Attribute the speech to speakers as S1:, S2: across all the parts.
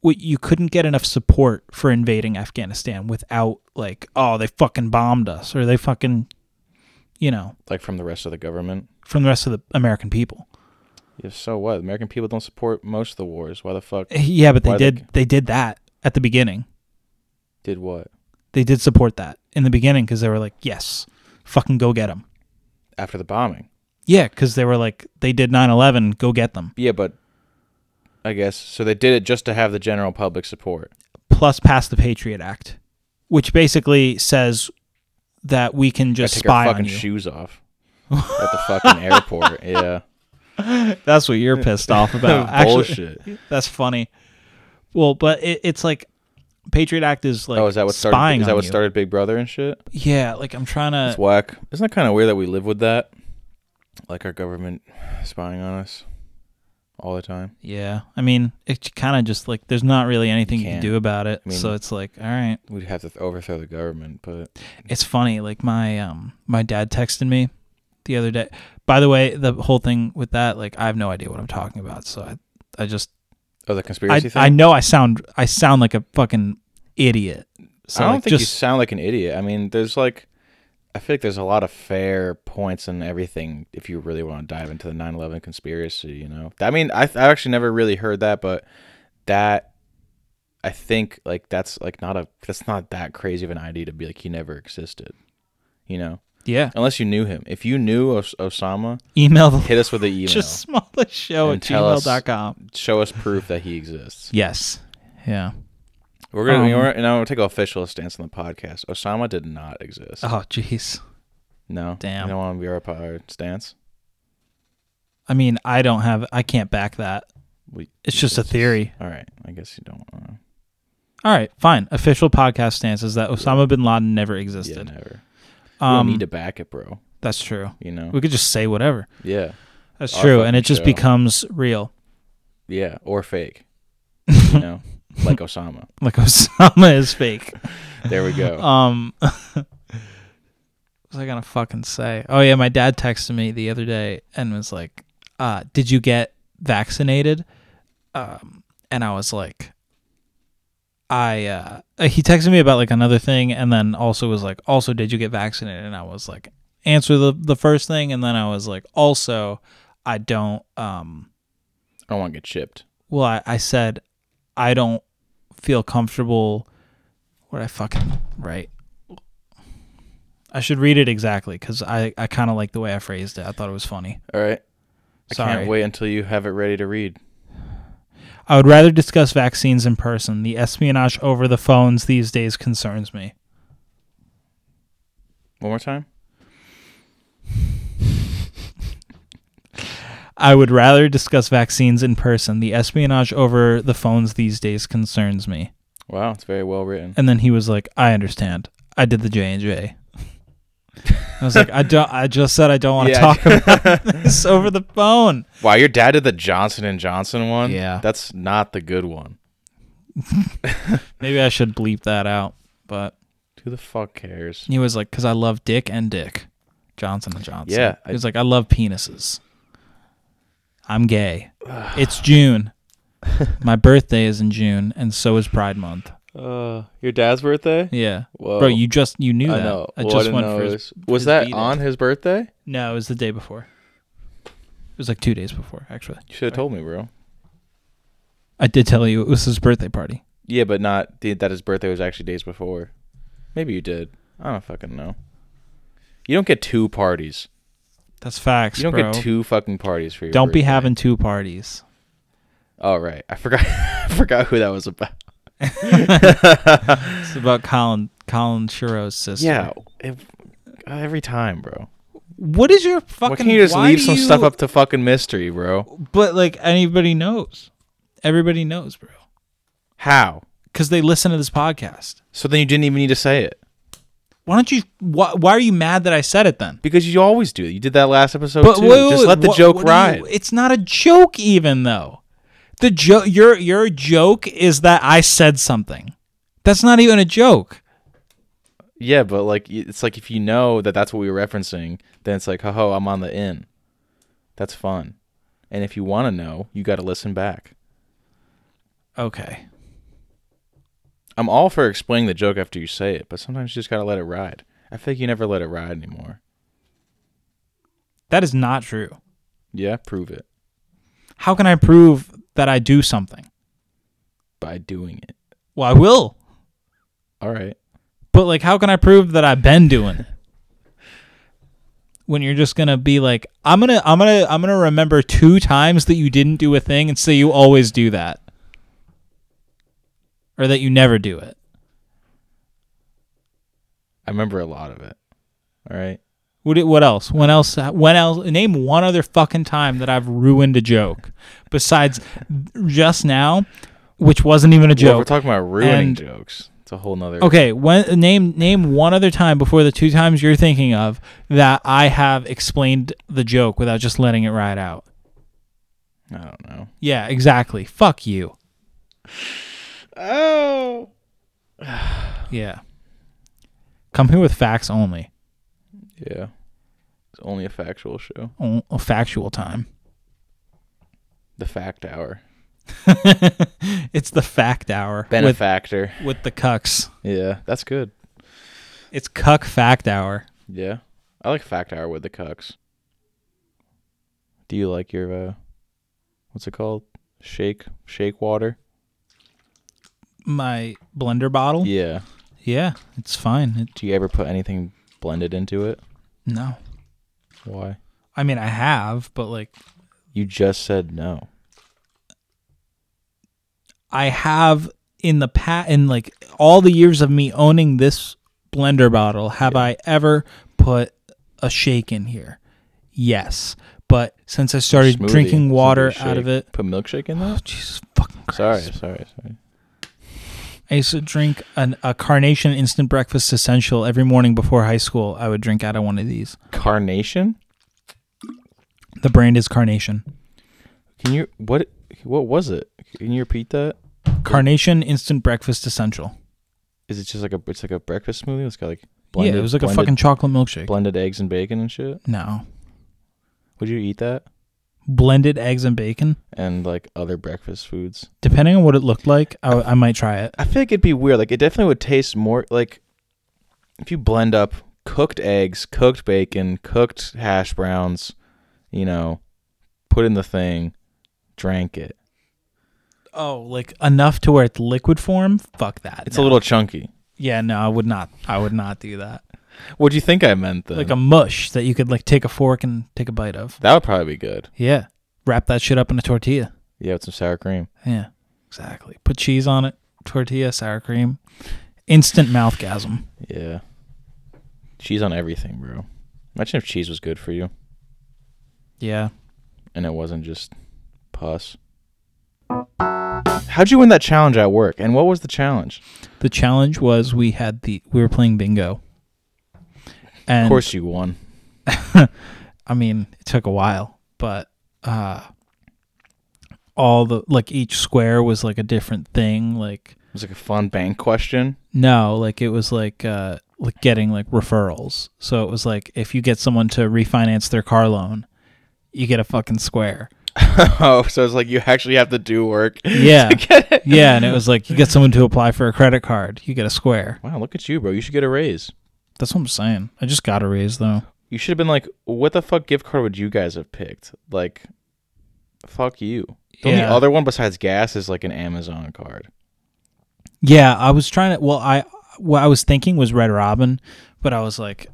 S1: what you couldn't get enough support for invading Afghanistan without like, oh, they fucking bombed us or they fucking, you know,
S2: like from the rest of the government.
S1: from the rest of the American people.
S2: Yeah, so what? American people don't support most of the wars. Why the fuck
S1: Yeah, but they
S2: Why they
S1: did
S2: ca-
S1: they did that at the beginning.
S2: did what?
S1: They did support that in the beginning because they were like, yes, fucking go get them.
S2: After the bombing.
S1: Yeah, because they were like, they did 9/11, go get them.
S2: Yeah, but I guess so they did it just to have the general public support.
S1: Plus, pass the Patriot Act, which basically says that we can
S2: I
S1: just
S2: take our
S1: spy on
S2: fucking
S1: you.
S2: shoes off at the fucking airport. Yeah. Oh,
S1: That's what you're pissed off about. Actually,
S2: Bullshit.
S1: that's funny. Well, but it, it's like Patriot Act is like
S2: oh, is that what
S1: spying
S2: started is that
S1: on
S2: what
S1: you. Uh,
S2: started Big Brother and shit?
S1: Yeah, like I'm trying
S2: It's
S1: to.
S2: whack. Isn't that kind of weird that we live with that? Like our government spying on us all the time.
S1: Yeah, I mean, it's kind of just like there's not really anything you, can
S2: can't.
S1: do about it.
S2: I mean-
S1: so it's like, all right.
S2: We'd have to th- overthrow the government, but
S1: It's funny. Like my um my dad texted me the other day. By the way, the whole thing with that, like I have no idea what I'm talking about. So I I just
S2: oh, the conspiracy
S1: I,
S2: thing.
S1: I know I sound I sound like a fucking idiot. So
S2: I don't
S1: like,
S2: think you
S1: just
S2: sound like an idiot. I mean, there's like, I feel like there's a lot of fair points and everything if you really want to dive into the 9 11 conspiracy, you know? I mean, I, I actually never really heard that, but that, I think, like, that's like not a, that's not that crazy of an idea to be like, he never existed, you know?
S1: yeah.
S2: Unless you knew him. If you knew Os- Osama,
S1: Email the
S2: hit us with the email.
S1: just smallest show at
S2: And tell us-
S1: gmail.com.
S2: Show us proof that he exists.
S1: Yes. Yeah.
S2: We're gonna,
S1: Um,
S2: you know, we're- and I'm gonna take an official stance on the podcast. Osama did not exist.
S1: Oh jeez.
S2: No.
S1: Damn.
S2: You don't want to be our, our stance?
S1: I mean, I don't have I can't back that.
S2: We,
S1: It's just a theory.
S2: All right. I guess you don't want to.
S1: All right, fine. Official podcast stance is that Osama bin Laden never
S2: Yeah,
S1: existed.
S2: never.
S1: um,
S2: you need to back it, bro.
S1: that's true.
S2: You know?
S1: We could just say whatever.
S2: yeah.
S1: That's
S2: Our
S1: true,
S2: fucking
S1: and it just
S2: show.
S1: becomes real.
S2: Yeah. Or fake. You know? like Osama.
S1: Like Osama is fake.
S2: There we go.
S1: Um, what was I gonna fucking say? Oh yeah, my dad texted me the other day and was like, uh, "Did you get vaccinated?" Um, and I was like, "I." Uh, he texted me about like another thing, and then also was like, "Also, did you get vaccinated?" And I was like, "Answer the the first thing," and then I was like, "Also, I don't." Um,
S2: I don't want to get chipped.
S1: well, I, I said, I don't feel comfortable. What I fucking right. I should read it exactly because I, I kind of like the way I phrased it. I thought it was funny.
S2: All right. I
S1: Sorry.
S2: can't wait until you have it ready to read.
S1: I would rather discuss vaccines in person. The espionage over the phones these days concerns me.
S2: One more time?
S1: I would rather discuss vaccines in person. The espionage over the phones these days concerns me.
S2: Wow. It's very well written.
S1: And then he was like, "I understand. I did the J and J." I was like, "I don't. I just said I don't want to
S2: Yeah, I-
S1: talk about this over the phone."
S2: Wow. Your dad did the Johnson and Johnson one?
S1: Yeah.
S2: That's not the good one.
S1: Maybe I should bleep that out. But
S2: Who the fuck cares?
S1: he was like, "Cause I love dick and dick, Johnson and Johnson."
S2: Yeah, I-
S1: he was like, "I love penises. I'm gay. it's June. My birthday is in June, and so is Pride Month."
S2: Uh, your dad's birthday?
S1: Yeah,
S2: Whoa.
S1: bro, you just you knew
S2: Oh. I
S1: that.
S2: know.
S1: I
S2: Well,
S1: just
S2: didn't
S1: went
S2: know
S1: for
S2: it
S1: his,
S2: was, was
S1: his
S2: that
S1: beating.
S2: on his birthday?
S1: No, it was the day before. It was like two days before, actually.
S2: You should have told me, bro.
S1: I did tell you it was his birthday party.
S2: Yeah, but not the, that his birthday was actually days before. Maybe you did. I don't fucking know. You don't get two parties.
S1: That's facts,
S2: You don't
S1: bro.
S2: get two fucking parties for your.
S1: don't be
S2: birthday.
S1: having two parties.
S2: Oh right, I forgot. I forgot who that was about.
S1: It's about Colin Colin Shiro's sister.
S2: Yeah, it- every time, bro.
S1: What is your fucking?
S2: Why can't you just
S1: why
S2: leave
S1: do
S2: some
S1: you-
S2: stuff up to fucking mystery, bro?
S1: But like anybody knows, everybody knows, bro,
S2: How?
S1: because they listen to this podcast.
S2: So then you didn't even need to say it
S1: Why don't you? Why, why are you mad that I said it then?
S2: because you always do. it. You did that last episode
S1: But
S2: too.
S1: wait, wait,
S2: just
S1: wait,
S2: let the
S1: what-
S2: joke
S1: what do
S2: ride.
S1: you- it's not a joke, even though the joke your your joke is that I said something. That's not even a joke.
S2: Yeah, but like y- it's like if you know that that's what we were referencing, then it's like, ho ho, I'm on the in. That's fun. And if you want to know, you got to listen back.
S1: Okay.
S2: I'm all for explaining the joke after you say it, but sometimes you just gotta let it ride. I feel like you never let it ride anymore.
S1: That is not true.
S2: Yeah, prove it
S1: How can I prove that I do something?
S2: by doing it.
S1: Well, I will.
S2: All right.
S1: But like how can I prove that I've been doing it? When you're just going to be like I'm going to I'm going to I'm going to remember two times that you didn't do a thing and say you always do that. Or that you never do it.
S2: I remember a lot of it. All right.
S1: What do- what else? When else when else name one other fucking time that I've ruined a joke besides just now which wasn't even a
S2: Well, if
S1: joke.
S2: we're talking about ruining
S1: And-
S2: jokes. It's a whole nother.
S1: Okay, when name name one other time before the two times you're thinking of that I have explained the joke without just letting it ride out.
S2: I don't know.
S1: Yeah, exactly. Fuck you.
S2: Oh.
S1: Yeah. Come here with facts only.
S2: Yeah. It's only a factual show.
S1: O- a factual time.
S2: The fact hour.
S1: It's the fact hour with
S2: Benefactor.
S1: with the cucks.
S2: yeah, that's good.
S1: It's cuck fact hour.
S2: Yeah. I like fact hour with the cucks. Do you like your uh what's it called? Shake shake water?
S1: My blender bottle. Yeah,
S2: Yeah.
S1: it's fine. It,
S2: Do you ever put anything blended into it?
S1: no.
S2: Why?
S1: I mean, I have, but like
S2: You just said no.
S1: I have in the pat in like all the years of me owning this blender bottle, have I ever put a shake in here? Yes, but since I started
S2: Smoothie. It's
S1: drinking
S2: a
S1: water
S2: little
S1: out of
S2: shake.
S1: it,
S2: Put milkshake in
S1: oh
S2: that?
S1: Jesus fucking Christ!
S2: sorry, sorry, sorry.
S1: I used to drink an, a Carnation Instant Breakfast Essential every morning before high school. I would drink out of one of these.
S2: Carnation?
S1: The brand is Carnation.
S2: Can you what what was it? Can you repeat that?
S1: Carnation Instant Breakfast Essential.
S2: Is it just like a it's like a breakfast smoothie? It's got like
S1: yeah, it was like
S2: blended-
S1: a fucking chocolate milkshake.
S2: blended eggs and bacon and shit.
S1: no,
S2: Would you eat that?
S1: blended eggs and bacon.
S2: And like other breakfast foods.
S1: Depending on what it looked like, I, I might try it.
S2: I feel like it'd be weird. Like it definitely would taste more like if you blend up cooked eggs, cooked bacon, cooked hash browns, you know, put in the thing, drank it.
S1: Oh, like enough to where it's liquid form? Fuck that.
S2: It's
S1: No.
S2: a little chunky.
S1: Yeah, no, I would not. I would not do that.
S2: What do you think I meant then?
S1: Like a mush that you could like take a fork and take a bite of.
S2: that would probably be good.
S1: Yeah. Wrap that shit up in a tortilla.
S2: Yeah, with some sour cream.
S1: Yeah. Exactly. Put cheese on it, tortilla, sour cream. Instant mouthgasm.
S2: Yeah. Cheese on everything, bro. Imagine if cheese was good for you
S1: Yeah.
S2: and it wasn't just pus. How'd you win that challenge at work? And what was the challenge?
S1: The challenge was we had the we were playing bingo. And
S2: Of course you won.
S1: I mean, it took a while, but uh all the like each square was like a different thing, like
S2: It was like a fun bank question.
S1: No, like it was like uh like getting like referrals. So it was like if you get someone to refinance their car loan, you get a fucking square.
S2: oh, so it's like you actually have to do work.
S1: Yeah. yeah, and it was like you get someone to apply for a credit card, you get a square.
S2: Wow, look at you, bro. You should get a raise.
S1: That's what I'm saying. I just got a raise though.
S2: You should have been like, what the fuck gift card would you guys have picked? Like, fuck you. The only
S1: Yeah.
S2: other one besides gas is like an Amazon card.
S1: Yeah, I was trying to well I what I was thinking was Red Robin, but I was like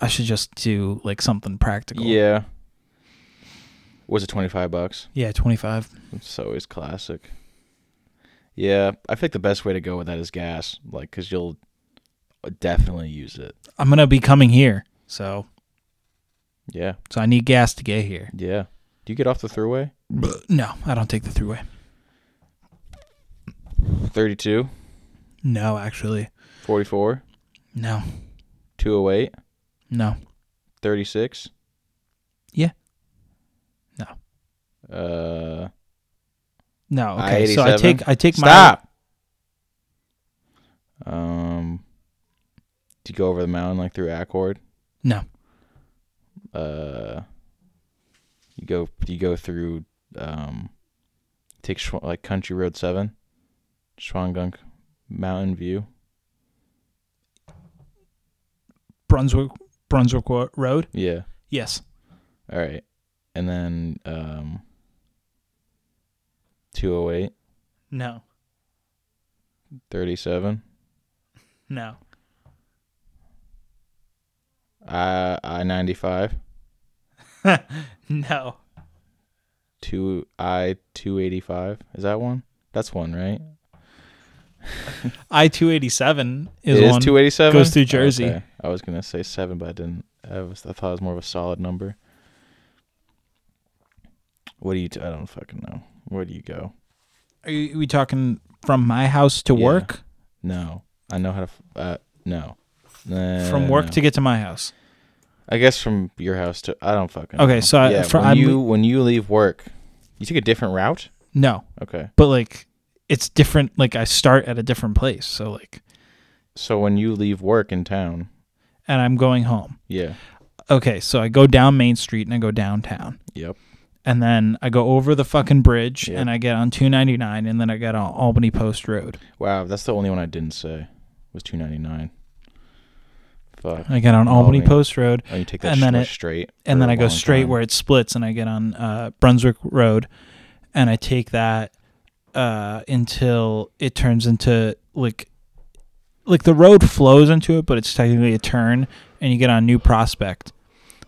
S1: I should just do like something practical.
S2: Yeah. Was it 25 bucks?
S1: Yeah, 25.
S2: It's always classic. Yeah, I think the best way to go with that is gas, like, because you'll definitely use it.
S1: I'm going to be coming here. So,
S2: Yeah,
S1: so I need gas to get here.
S2: yeah. Do you get off the thruway?
S1: No, I don't take the throughway.
S2: 32,
S1: No, actually.
S2: 44,
S1: No.
S2: 208,
S1: No.
S2: 36?
S1: Yeah. No.
S2: Uh
S1: No. Okay. So I take I take
S2: Stop. Um do you go over the mountain like through Accord?
S1: my No.
S2: Uh you go you go through um take Schw- like Country Road 7? Schwangunk Mountain View.
S1: Brunswick Brunswick Wo- Road.
S2: Yeah.
S1: Yes.
S2: All right. And then um 208,
S1: No.
S2: 37.
S1: No.
S2: I I 95,
S1: No.
S2: 2 I 285. Is that one? That's one, right?
S1: I two eighty seven is
S2: It
S1: one.
S2: 287.
S1: goes through Jersey.
S2: Okay. I was going to say 7, but I didn't. I was I thought it was more of a solid number. What do you t- I don't fucking know. Where do you go?
S1: Are, you, are we talking from my house to
S2: Yeah.
S1: work?
S2: No. I know how to f- uh no. Nah,
S1: from work
S2: no.
S1: to get to my house.
S2: I guess from your house to I don't fucking
S1: Okay,
S2: know.
S1: so I-
S2: yeah,
S1: for-
S2: when
S1: I'm-
S2: you when you leave work, you take a different route.
S1: No,
S2: Okay,
S1: but like it's different. Like I start at a different place, so like,
S2: so when you leave work in town,
S1: and I'm going home.
S2: yeah,
S1: Okay, so I go down Main Street and I go downtown,
S2: yep,
S1: and then I go over the fucking bridge
S2: Yeah.
S1: and I get on two ninety nine, and then I get on Albany Post Road.
S2: wow, that's the only one I didn't say was two ninety nine. Fuck,
S1: I get on Albany,
S2: Albany.
S1: Post Road,
S2: oh, you take that
S1: And then
S2: short
S1: it-
S2: straight,
S1: and
S2: for
S1: then
S2: a
S1: I go
S2: long
S1: straight
S2: time.
S1: where it splits, and I get on uh, Brunswick Road, and I take that uh, until it turns into like like the road flows into it, but it's technically a turn, and you get on New Prospect.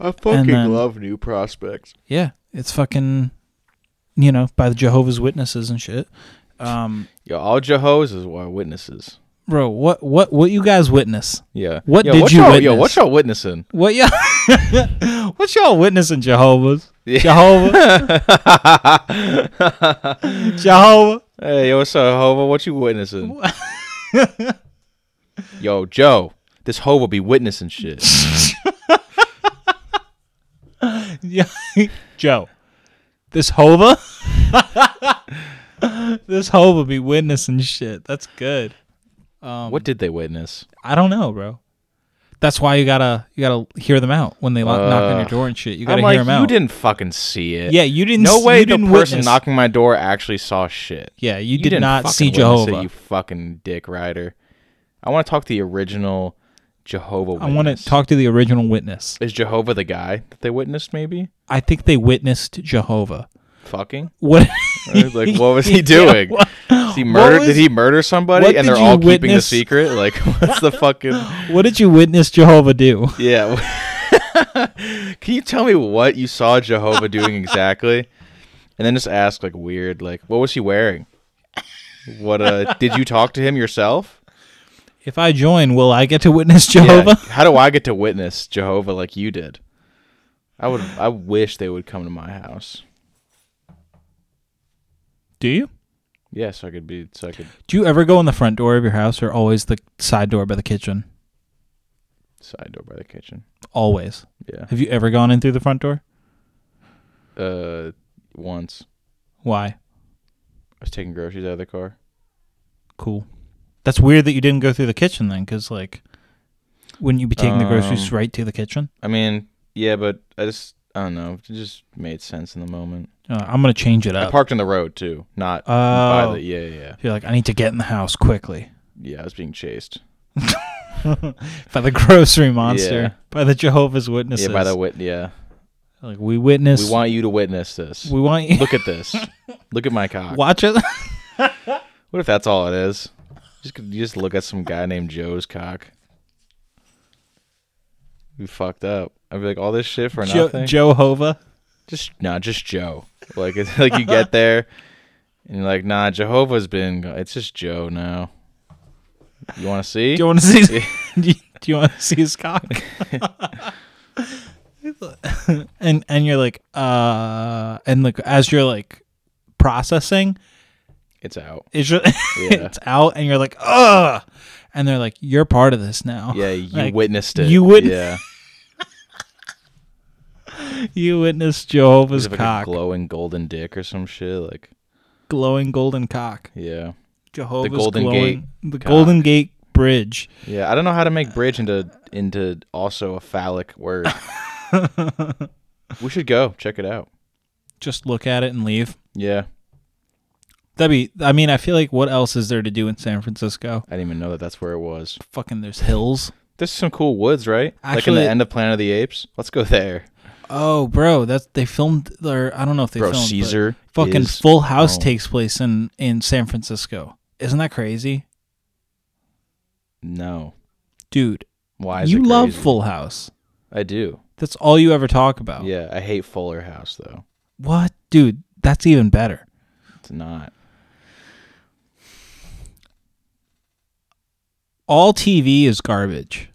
S2: I
S1: and then-
S2: love new prospects.
S1: Yeah, it's fucking you know by the Jehovah's Witnesses and shit. Um,
S2: Yo, all Jehovah's is our witnesses.
S1: bro, what what what you guys witness?
S2: Yeah,
S1: What
S2: yo,
S1: did you
S2: y'all, Yo,
S1: witness?
S2: what y'all witnessing?
S1: What y'all what y'all witnessing Jehovah's?
S2: Yeah.
S1: Jehovah, Jehovah.
S2: Hey, yo, what's up, Hova? What you witnessing? yo, Joe, this Hova be witnessing shit.
S1: Yeah, Joe, this Hova, this Hova be witnessing shit. That's good. Um,
S2: what did they witness?
S1: I don't know, bro. That's why you gotta you gotta hear them out when they lo- knock on your
S2: Ugh.
S1: door and shit. You
S2: I'm
S1: gotta
S2: like,
S1: hear them out.
S2: you didn't fucking see it.
S1: yeah, you didn't.
S2: No
S1: s-
S2: way
S1: you
S2: the
S1: didn't
S2: person
S1: witness-
S2: knocking my door actually saw shit.
S1: Yeah, you,
S2: You
S1: did
S2: didn't
S1: not
S2: fucking
S1: see
S2: witness
S1: Jehovah.
S2: It, you fucking dick rider. I want to talk to the original Jehovah.
S1: I want to
S2: witness.
S1: talk to the original witness.
S2: Is Jehovah the guy that they witnessed? Maybe
S1: I think they witnessed Jehovah.
S2: fucking.
S1: What?
S2: Or, like, what was he
S1: Yeah,
S2: doing?
S1: what-
S2: Did he murder?
S1: was-
S2: did he murder somebody?
S1: what
S2: And
S1: did
S2: they're
S1: you
S2: all keeping the
S1: witness?
S2: secret. Like, what's the fucking?
S1: what did you witness Jehovah do?
S2: Yeah. Can you tell me what you saw Jehovah doing exactly? And then just ask like weird, like what was he wearing? What uh did you talk to him yourself?
S1: If I join, will I get to witness
S2: Yeah,
S1: Jehovah?
S2: How do I get to witness Jehovah like you did? I would I wish they would come to my house.
S1: Do you?
S2: Yeah, so I could be so I could
S1: Do you ever go in the front door of your house or always the side door by the kitchen?
S2: side door by the kitchen.
S1: Always.
S2: Yeah.
S1: Have you ever gone in through the front door?
S2: Uh once.
S1: Why?
S2: I was taking groceries out of the car.
S1: Cool. That's weird that you didn't go through the kitchen then, because, like, wouldn't you be taking the groceries
S2: Um,
S1: right to the kitchen?
S2: I mean, yeah, but I just I don't know. It just made sense in the moment.
S1: Uh, I'm going to change it
S2: I
S1: up.
S2: parked on the road too, not
S1: Oh.
S2: by the yeah, yeah, yeah.
S1: You're like, I need to get in the house quickly
S2: Yeah, I was being chased.
S1: by the grocery monster,
S2: Yeah.
S1: by the Jehovah's Witnesses.
S2: Yeah, by the wit. Yeah,
S1: like, we witness.
S2: we want you to witness this.
S1: We want you.
S2: Look at this. look at my cock.
S1: Watch it.
S2: What if that's all it is? Just could you just look at some guy named Joe's cock. You fucked up. I'd be like, all this shit for
S1: Jo-
S2: nothing.
S1: Jehovah.
S2: just no, just Joe. Like it's like you get there, and you're like, nah, Jehovah's been. It's just Joe now. You want to see?
S1: Do you want to see? His, do you, do you want to see his cock? and and you're like, uh, and like as you're like processing,
S2: it's out.
S1: it's your-
S2: Yeah.
S1: it's out, and you're like, ugh, and they're like, you're part of this now.
S2: Yeah, you
S1: Like,
S2: witnessed it.
S1: you wit-
S2: Yeah,
S1: You witnessed Jehovah's
S2: It's like
S1: cock,
S2: a glowing golden dick or some shit. Like,
S1: glowing golden cock.
S2: yeah.
S1: Jehovah's
S2: Golden
S1: glowing, the
S2: cock.
S1: Golden Gate Bridge.
S2: Yeah, I don't know how to make bridge into into also a phallic word. we should go check it out.
S1: Just look at it and leave.
S2: Yeah,
S1: That'd be. I mean, I feel like what else is there to do in San Francisco?
S2: I didn't even know that that's where it was.
S1: Fucking there's hills.
S2: There's some cool woods, right? like in
S1: Actually-
S2: the end of Planet of the Apes. Let's go there,
S1: Oh, bro, that's they filmed. Or I don't know if they
S2: bro.
S1: filmed. but
S2: Caesar,
S1: Fucking
S2: is
S1: Full House
S2: Rome.
S1: takes place in in San Francisco. Isn't that crazy,
S2: No,
S1: dude?
S2: why? Is
S1: You
S2: it
S1: love
S2: crazy?
S1: Full Oh. House.
S2: I do.
S1: That's all you ever talk about.
S2: Yeah, I hate Fuller House though.
S1: What, dude? That's even better.
S2: It's not.
S1: All TV is garbage.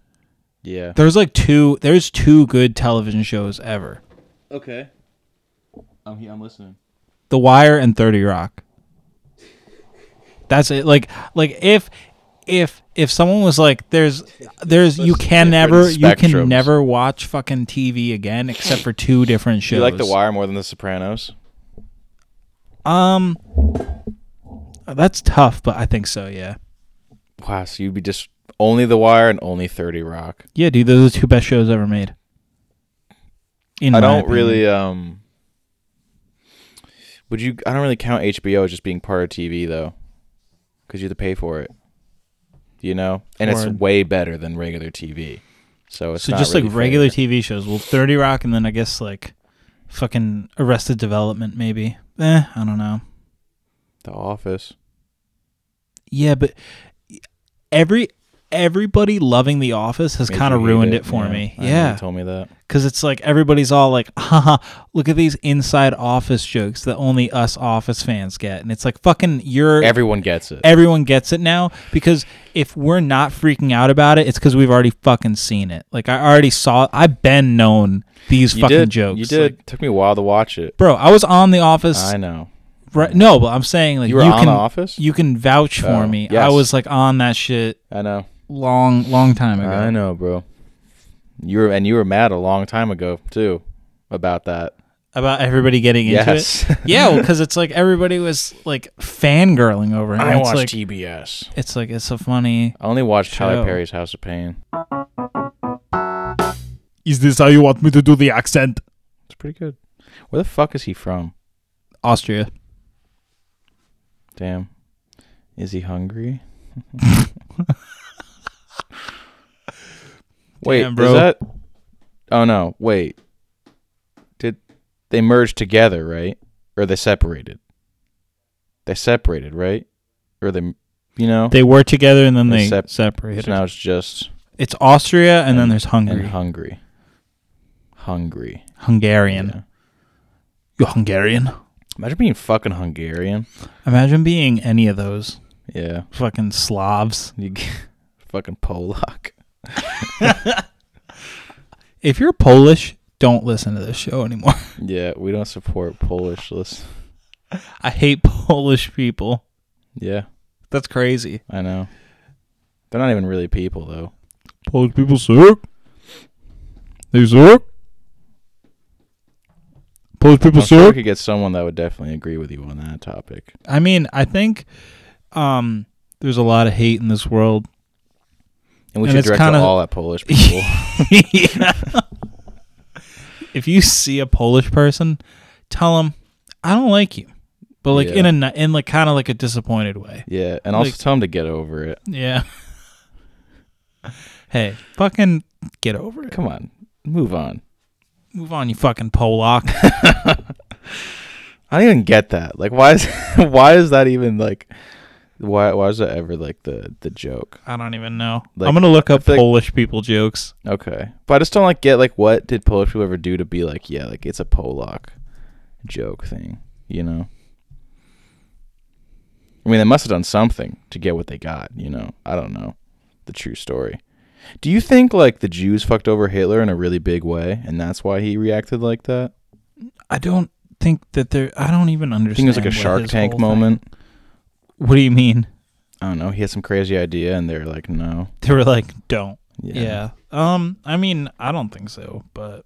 S2: Yeah.
S1: There's like two. There's two good television shows ever:
S2: Okay. I'm here. I'm listening.
S1: The Wire and Thirty Rock. That's it. Like, like if if if someone was like, "There's, there's, you can never,
S2: different
S1: you can
S2: spectrums.
S1: never watch fucking TV again except for two different shows."
S2: You like The Wire more than The Sopranos?
S1: Um, that's tough, but I think so. Yeah,
S2: Wow. So you'd be just only The Wire and only Thirty Rock.
S1: yeah, dude. Those are the two best shows ever made. In
S2: I
S1: my
S2: don't
S1: opinion.
S2: really. Um. Would you? I don't really count HBO as just being part of TV though, because you have to pay for it. You know, and
S1: Word.
S2: it's way better than regular TV. So it's
S1: So
S2: not
S1: just
S2: really
S1: like
S2: fair.
S1: regular TV shows. Well, Thirty Rock, and then I guess like fucking Arrested Development, maybe. Eh, I don't know.
S2: The Office.
S1: Yeah, but every everybody loving The Office has
S2: Made
S1: kind of
S2: you hate
S1: ruined it, for me.
S2: I know, you
S1: Yeah,
S2: told me that.
S1: because it's like everybody's all like, "Haha, look at these inside Office jokes that only us Office fans get," and it's like fucking you're.
S2: Everyone gets it.
S1: Everyone gets it now because if we're not freaking out about it, it's because we've already fucking seen it. Like I already saw. I've been known these
S2: you
S1: fucking
S2: did.
S1: jokes.
S2: You did.
S1: Like,
S2: Took me a while to watch it.
S1: bro i was on the office
S2: I know.
S1: right no but i'm saying like
S2: You were on
S1: can
S2: The Office.
S1: you can vouch for
S2: Oh,
S1: me i
S2: yes.
S1: was like on that shit
S2: I know.
S1: long long time ago
S2: I know, bro. You were and you were mad a long time ago too about that.
S1: about everybody getting into
S2: Yes.
S1: it yeah because it's like everybody was like fangirling over it and it's like
S2: TBS.
S1: it's like it's so funny
S2: I only watched
S1: Show.
S2: Tyler Perry's House of Pain.
S1: is this how you want me to do the accent
S2: It's pretty good. Where the fuck is he from?
S1: austria
S2: Damn. Is he hungry? wait,
S1: Damn, bro.
S2: is that? Oh no, wait. Did they merge together, right? Or they separated? They separated, right? Or they, you know,
S1: they were together and then
S2: They
S1: they
S2: sep-
S1: separated
S2: so now it's just
S1: it's austria and, then there's hungary
S2: and hungry, hungry.
S1: hungarian
S2: Yeah.
S1: you hungarian
S2: Imagine being fucking Hungarian.
S1: imagine being any of those
S2: Yeah.
S1: fucking slavs
S2: You g- fucking Polak.
S1: if you're Polish, don't listen to this show anymore.
S2: Yeah, we don't support Polish. List.
S1: I hate Polish people.
S2: Yeah,
S1: That's crazy.
S2: I know. They're not even really people though.
S1: Polish people suck. They suck. Polish
S2: I'm sure we could get someone that would definitely agree with you on that topic.
S1: I mean, I think um, there's a lot of hate in this world.
S2: And we
S1: And
S2: should
S1: it's
S2: direct
S1: kinda-
S2: it all at Polish people.
S1: If you see a Polish person, tell them I don't like you, but like in
S2: Yeah.
S1: a ni- in like kind of like a disappointed way.
S2: yeah, and also
S1: Like-
S2: tell them to get over it.
S1: Yeah. hey, fucking get over it.
S2: Come on, move on.
S1: Move on, you fucking Polak.
S2: I don't even get that. Like, why is why is that even like? Why why is that ever like the the joke?
S1: I don't even know.
S2: Like,
S1: I'm gonna look up
S2: feel like-
S1: Polish people jokes.
S2: Okay, but I just don't like get like what did Polish people ever do to be like yeah like it's a Polak joke thing, you know? I mean, they must have done something to get what they got, you know? I don't know the true story. Do you think like the Jews fucked over Hitler in a really big way, and that's why he reacted like that?
S1: I don't think that they're. I don't even
S2: I
S1: understand.
S2: think it was like a
S1: what
S2: Shark
S1: his
S2: Tank
S1: whole thing-
S2: moment.
S1: What do you mean?
S2: I don't know. He had some crazy idea, and they're like, no.
S1: They were like, "Don't." Yeah. Um. I mean, I don't think so, but.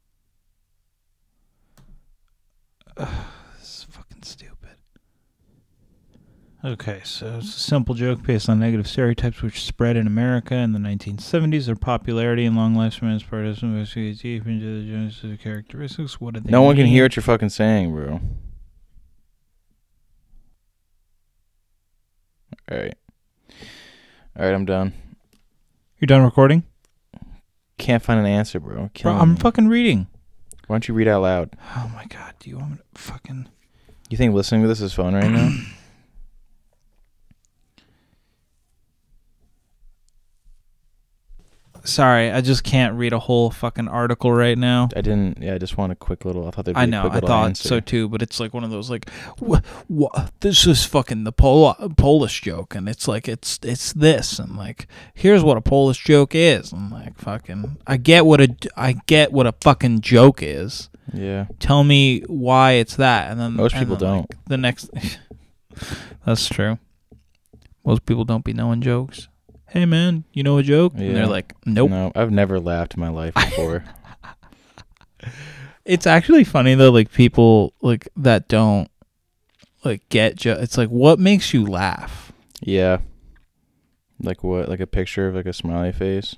S1: Ugh, this is fucking stupid. Okay, so it's a simple joke based on negative stereotypes which spread in America in the 1970s. Their popularity and long lifespan is part of some of the characteristics. What did they
S2: No one can
S1: mean?
S2: hear what you're fucking saying, bro. All right. All right, I'm done.
S1: You're done recording?
S2: Can't find an answer, bro.
S1: Bro,
S2: Killing
S1: I'm
S2: me.
S1: fucking reading.
S2: Why don't you read out loud?
S1: Oh my god, do you want me to fucking
S2: You think listening to this is fun right now?
S1: Sorry, I just can't read a whole fucking article right now.
S2: I didn't. Yeah, I just want a quick little. I thought there'd be
S1: I
S2: A
S1: know,
S2: quick
S1: I
S2: little
S1: thought
S2: answer.
S1: so too, but it's like one of those like, what? This is fucking the Pol- Polish joke, and it's like it's it's this, and like here's what a Polish joke is, and like fucking, I get what a I get what a fucking joke is.
S2: Yeah.
S1: Tell me why it's that, and then
S2: Most
S1: and
S2: people
S1: then, like, the next, that's true. Most people don't be knowing jokes. Hey man, you know a joke? And
S2: Yeah.
S1: they're like, nope.
S2: No, I've never laughed in my life before.
S1: It's actually funny though, like people like that don't like get. Jo- it's like what makes you laugh?
S2: yeah. Like what? Like a picture of like a smiley face.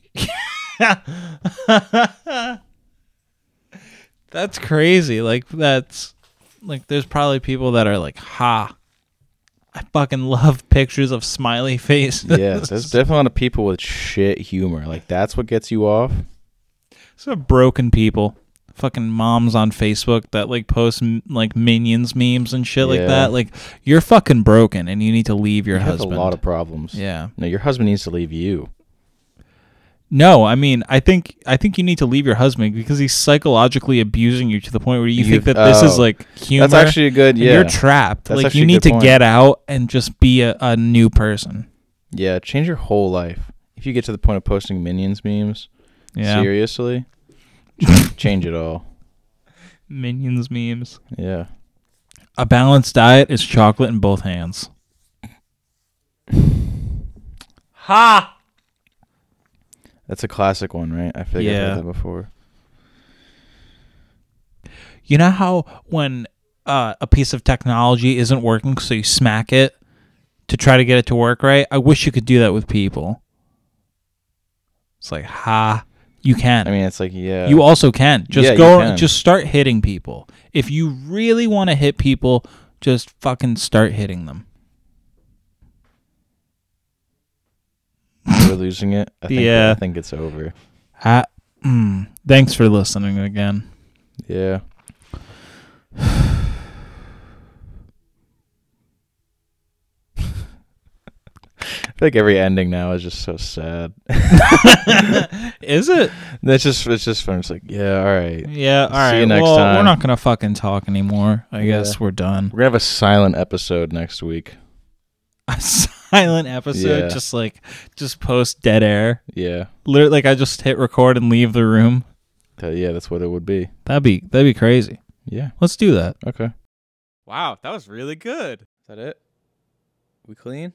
S1: That's crazy. Like that's like there's probably people that are like, ha. I fucking love pictures of smiley faces.
S2: Yeah, there's definitely a lot of people with shit humor. Like that's what gets you off.
S1: So broken people, fucking moms on Facebook that like post m- like minions memes and shit
S2: Yeah.
S1: like that. Like you're fucking broken and you need to leave your
S2: you
S1: husband.
S2: have a lot of problems.
S1: yeah.
S2: No, your husband needs to leave you.
S1: No, I mean, I think I think you need to leave your husband because he's psychologically abusing you to the point where you
S2: You've-
S1: think that this is
S2: oh.
S1: like humor.
S2: That's actually a good.
S1: and
S2: Yeah.
S1: You're trapped.
S2: That's
S1: like
S2: actually
S1: you
S2: a
S1: need
S2: good
S1: to
S2: point.
S1: get out and just be a, a new person.
S2: yeah. Change your whole life. If you get to the point of posting minions memes,
S1: Yeah.
S2: seriously, ch- change it all.
S1: Minions memes.
S2: Yeah.
S1: A balanced diet is chocolate in both hands. Ha!
S2: That's a classic one, right? I feel like
S1: Yeah.
S2: I've heard that before.
S1: You know how when uh, a piece of technology isn't working, so you smack it to try to get it to work right? I wish you could do that with people. It's like, ha, you can.
S2: I mean, it's like yeah.
S1: you also can. Just
S2: Yeah,
S1: go,
S2: you can.
S1: just start hitting people. If you really want to hit people, just fucking start hitting them.
S2: we're losing it. I think,
S1: Yeah.
S2: I think it's over.
S1: Ha, mm, thanks for listening again.
S2: Yeah. I feel like every ending now is just so sad.
S1: Is it?
S2: That's just it's just fun. It's like yeah, all right.
S1: Yeah. All right.
S2: See you next
S1: well, we're
S2: time.
S1: not gonna fucking talk anymore. I
S2: Yeah.
S1: guess we're done.
S2: We're gonna have a silent episode next week.
S1: a silent episode
S2: Yeah.
S1: just like just post dead air
S2: Yeah,
S1: Lit- like i just hit record and leave the room
S2: Th- yeah, that's what it would be.
S1: that'd be that'd be crazy
S2: Yeah.
S1: let's do that
S2: Okay. Is
S1: wow that was really good
S2: that it? We clean?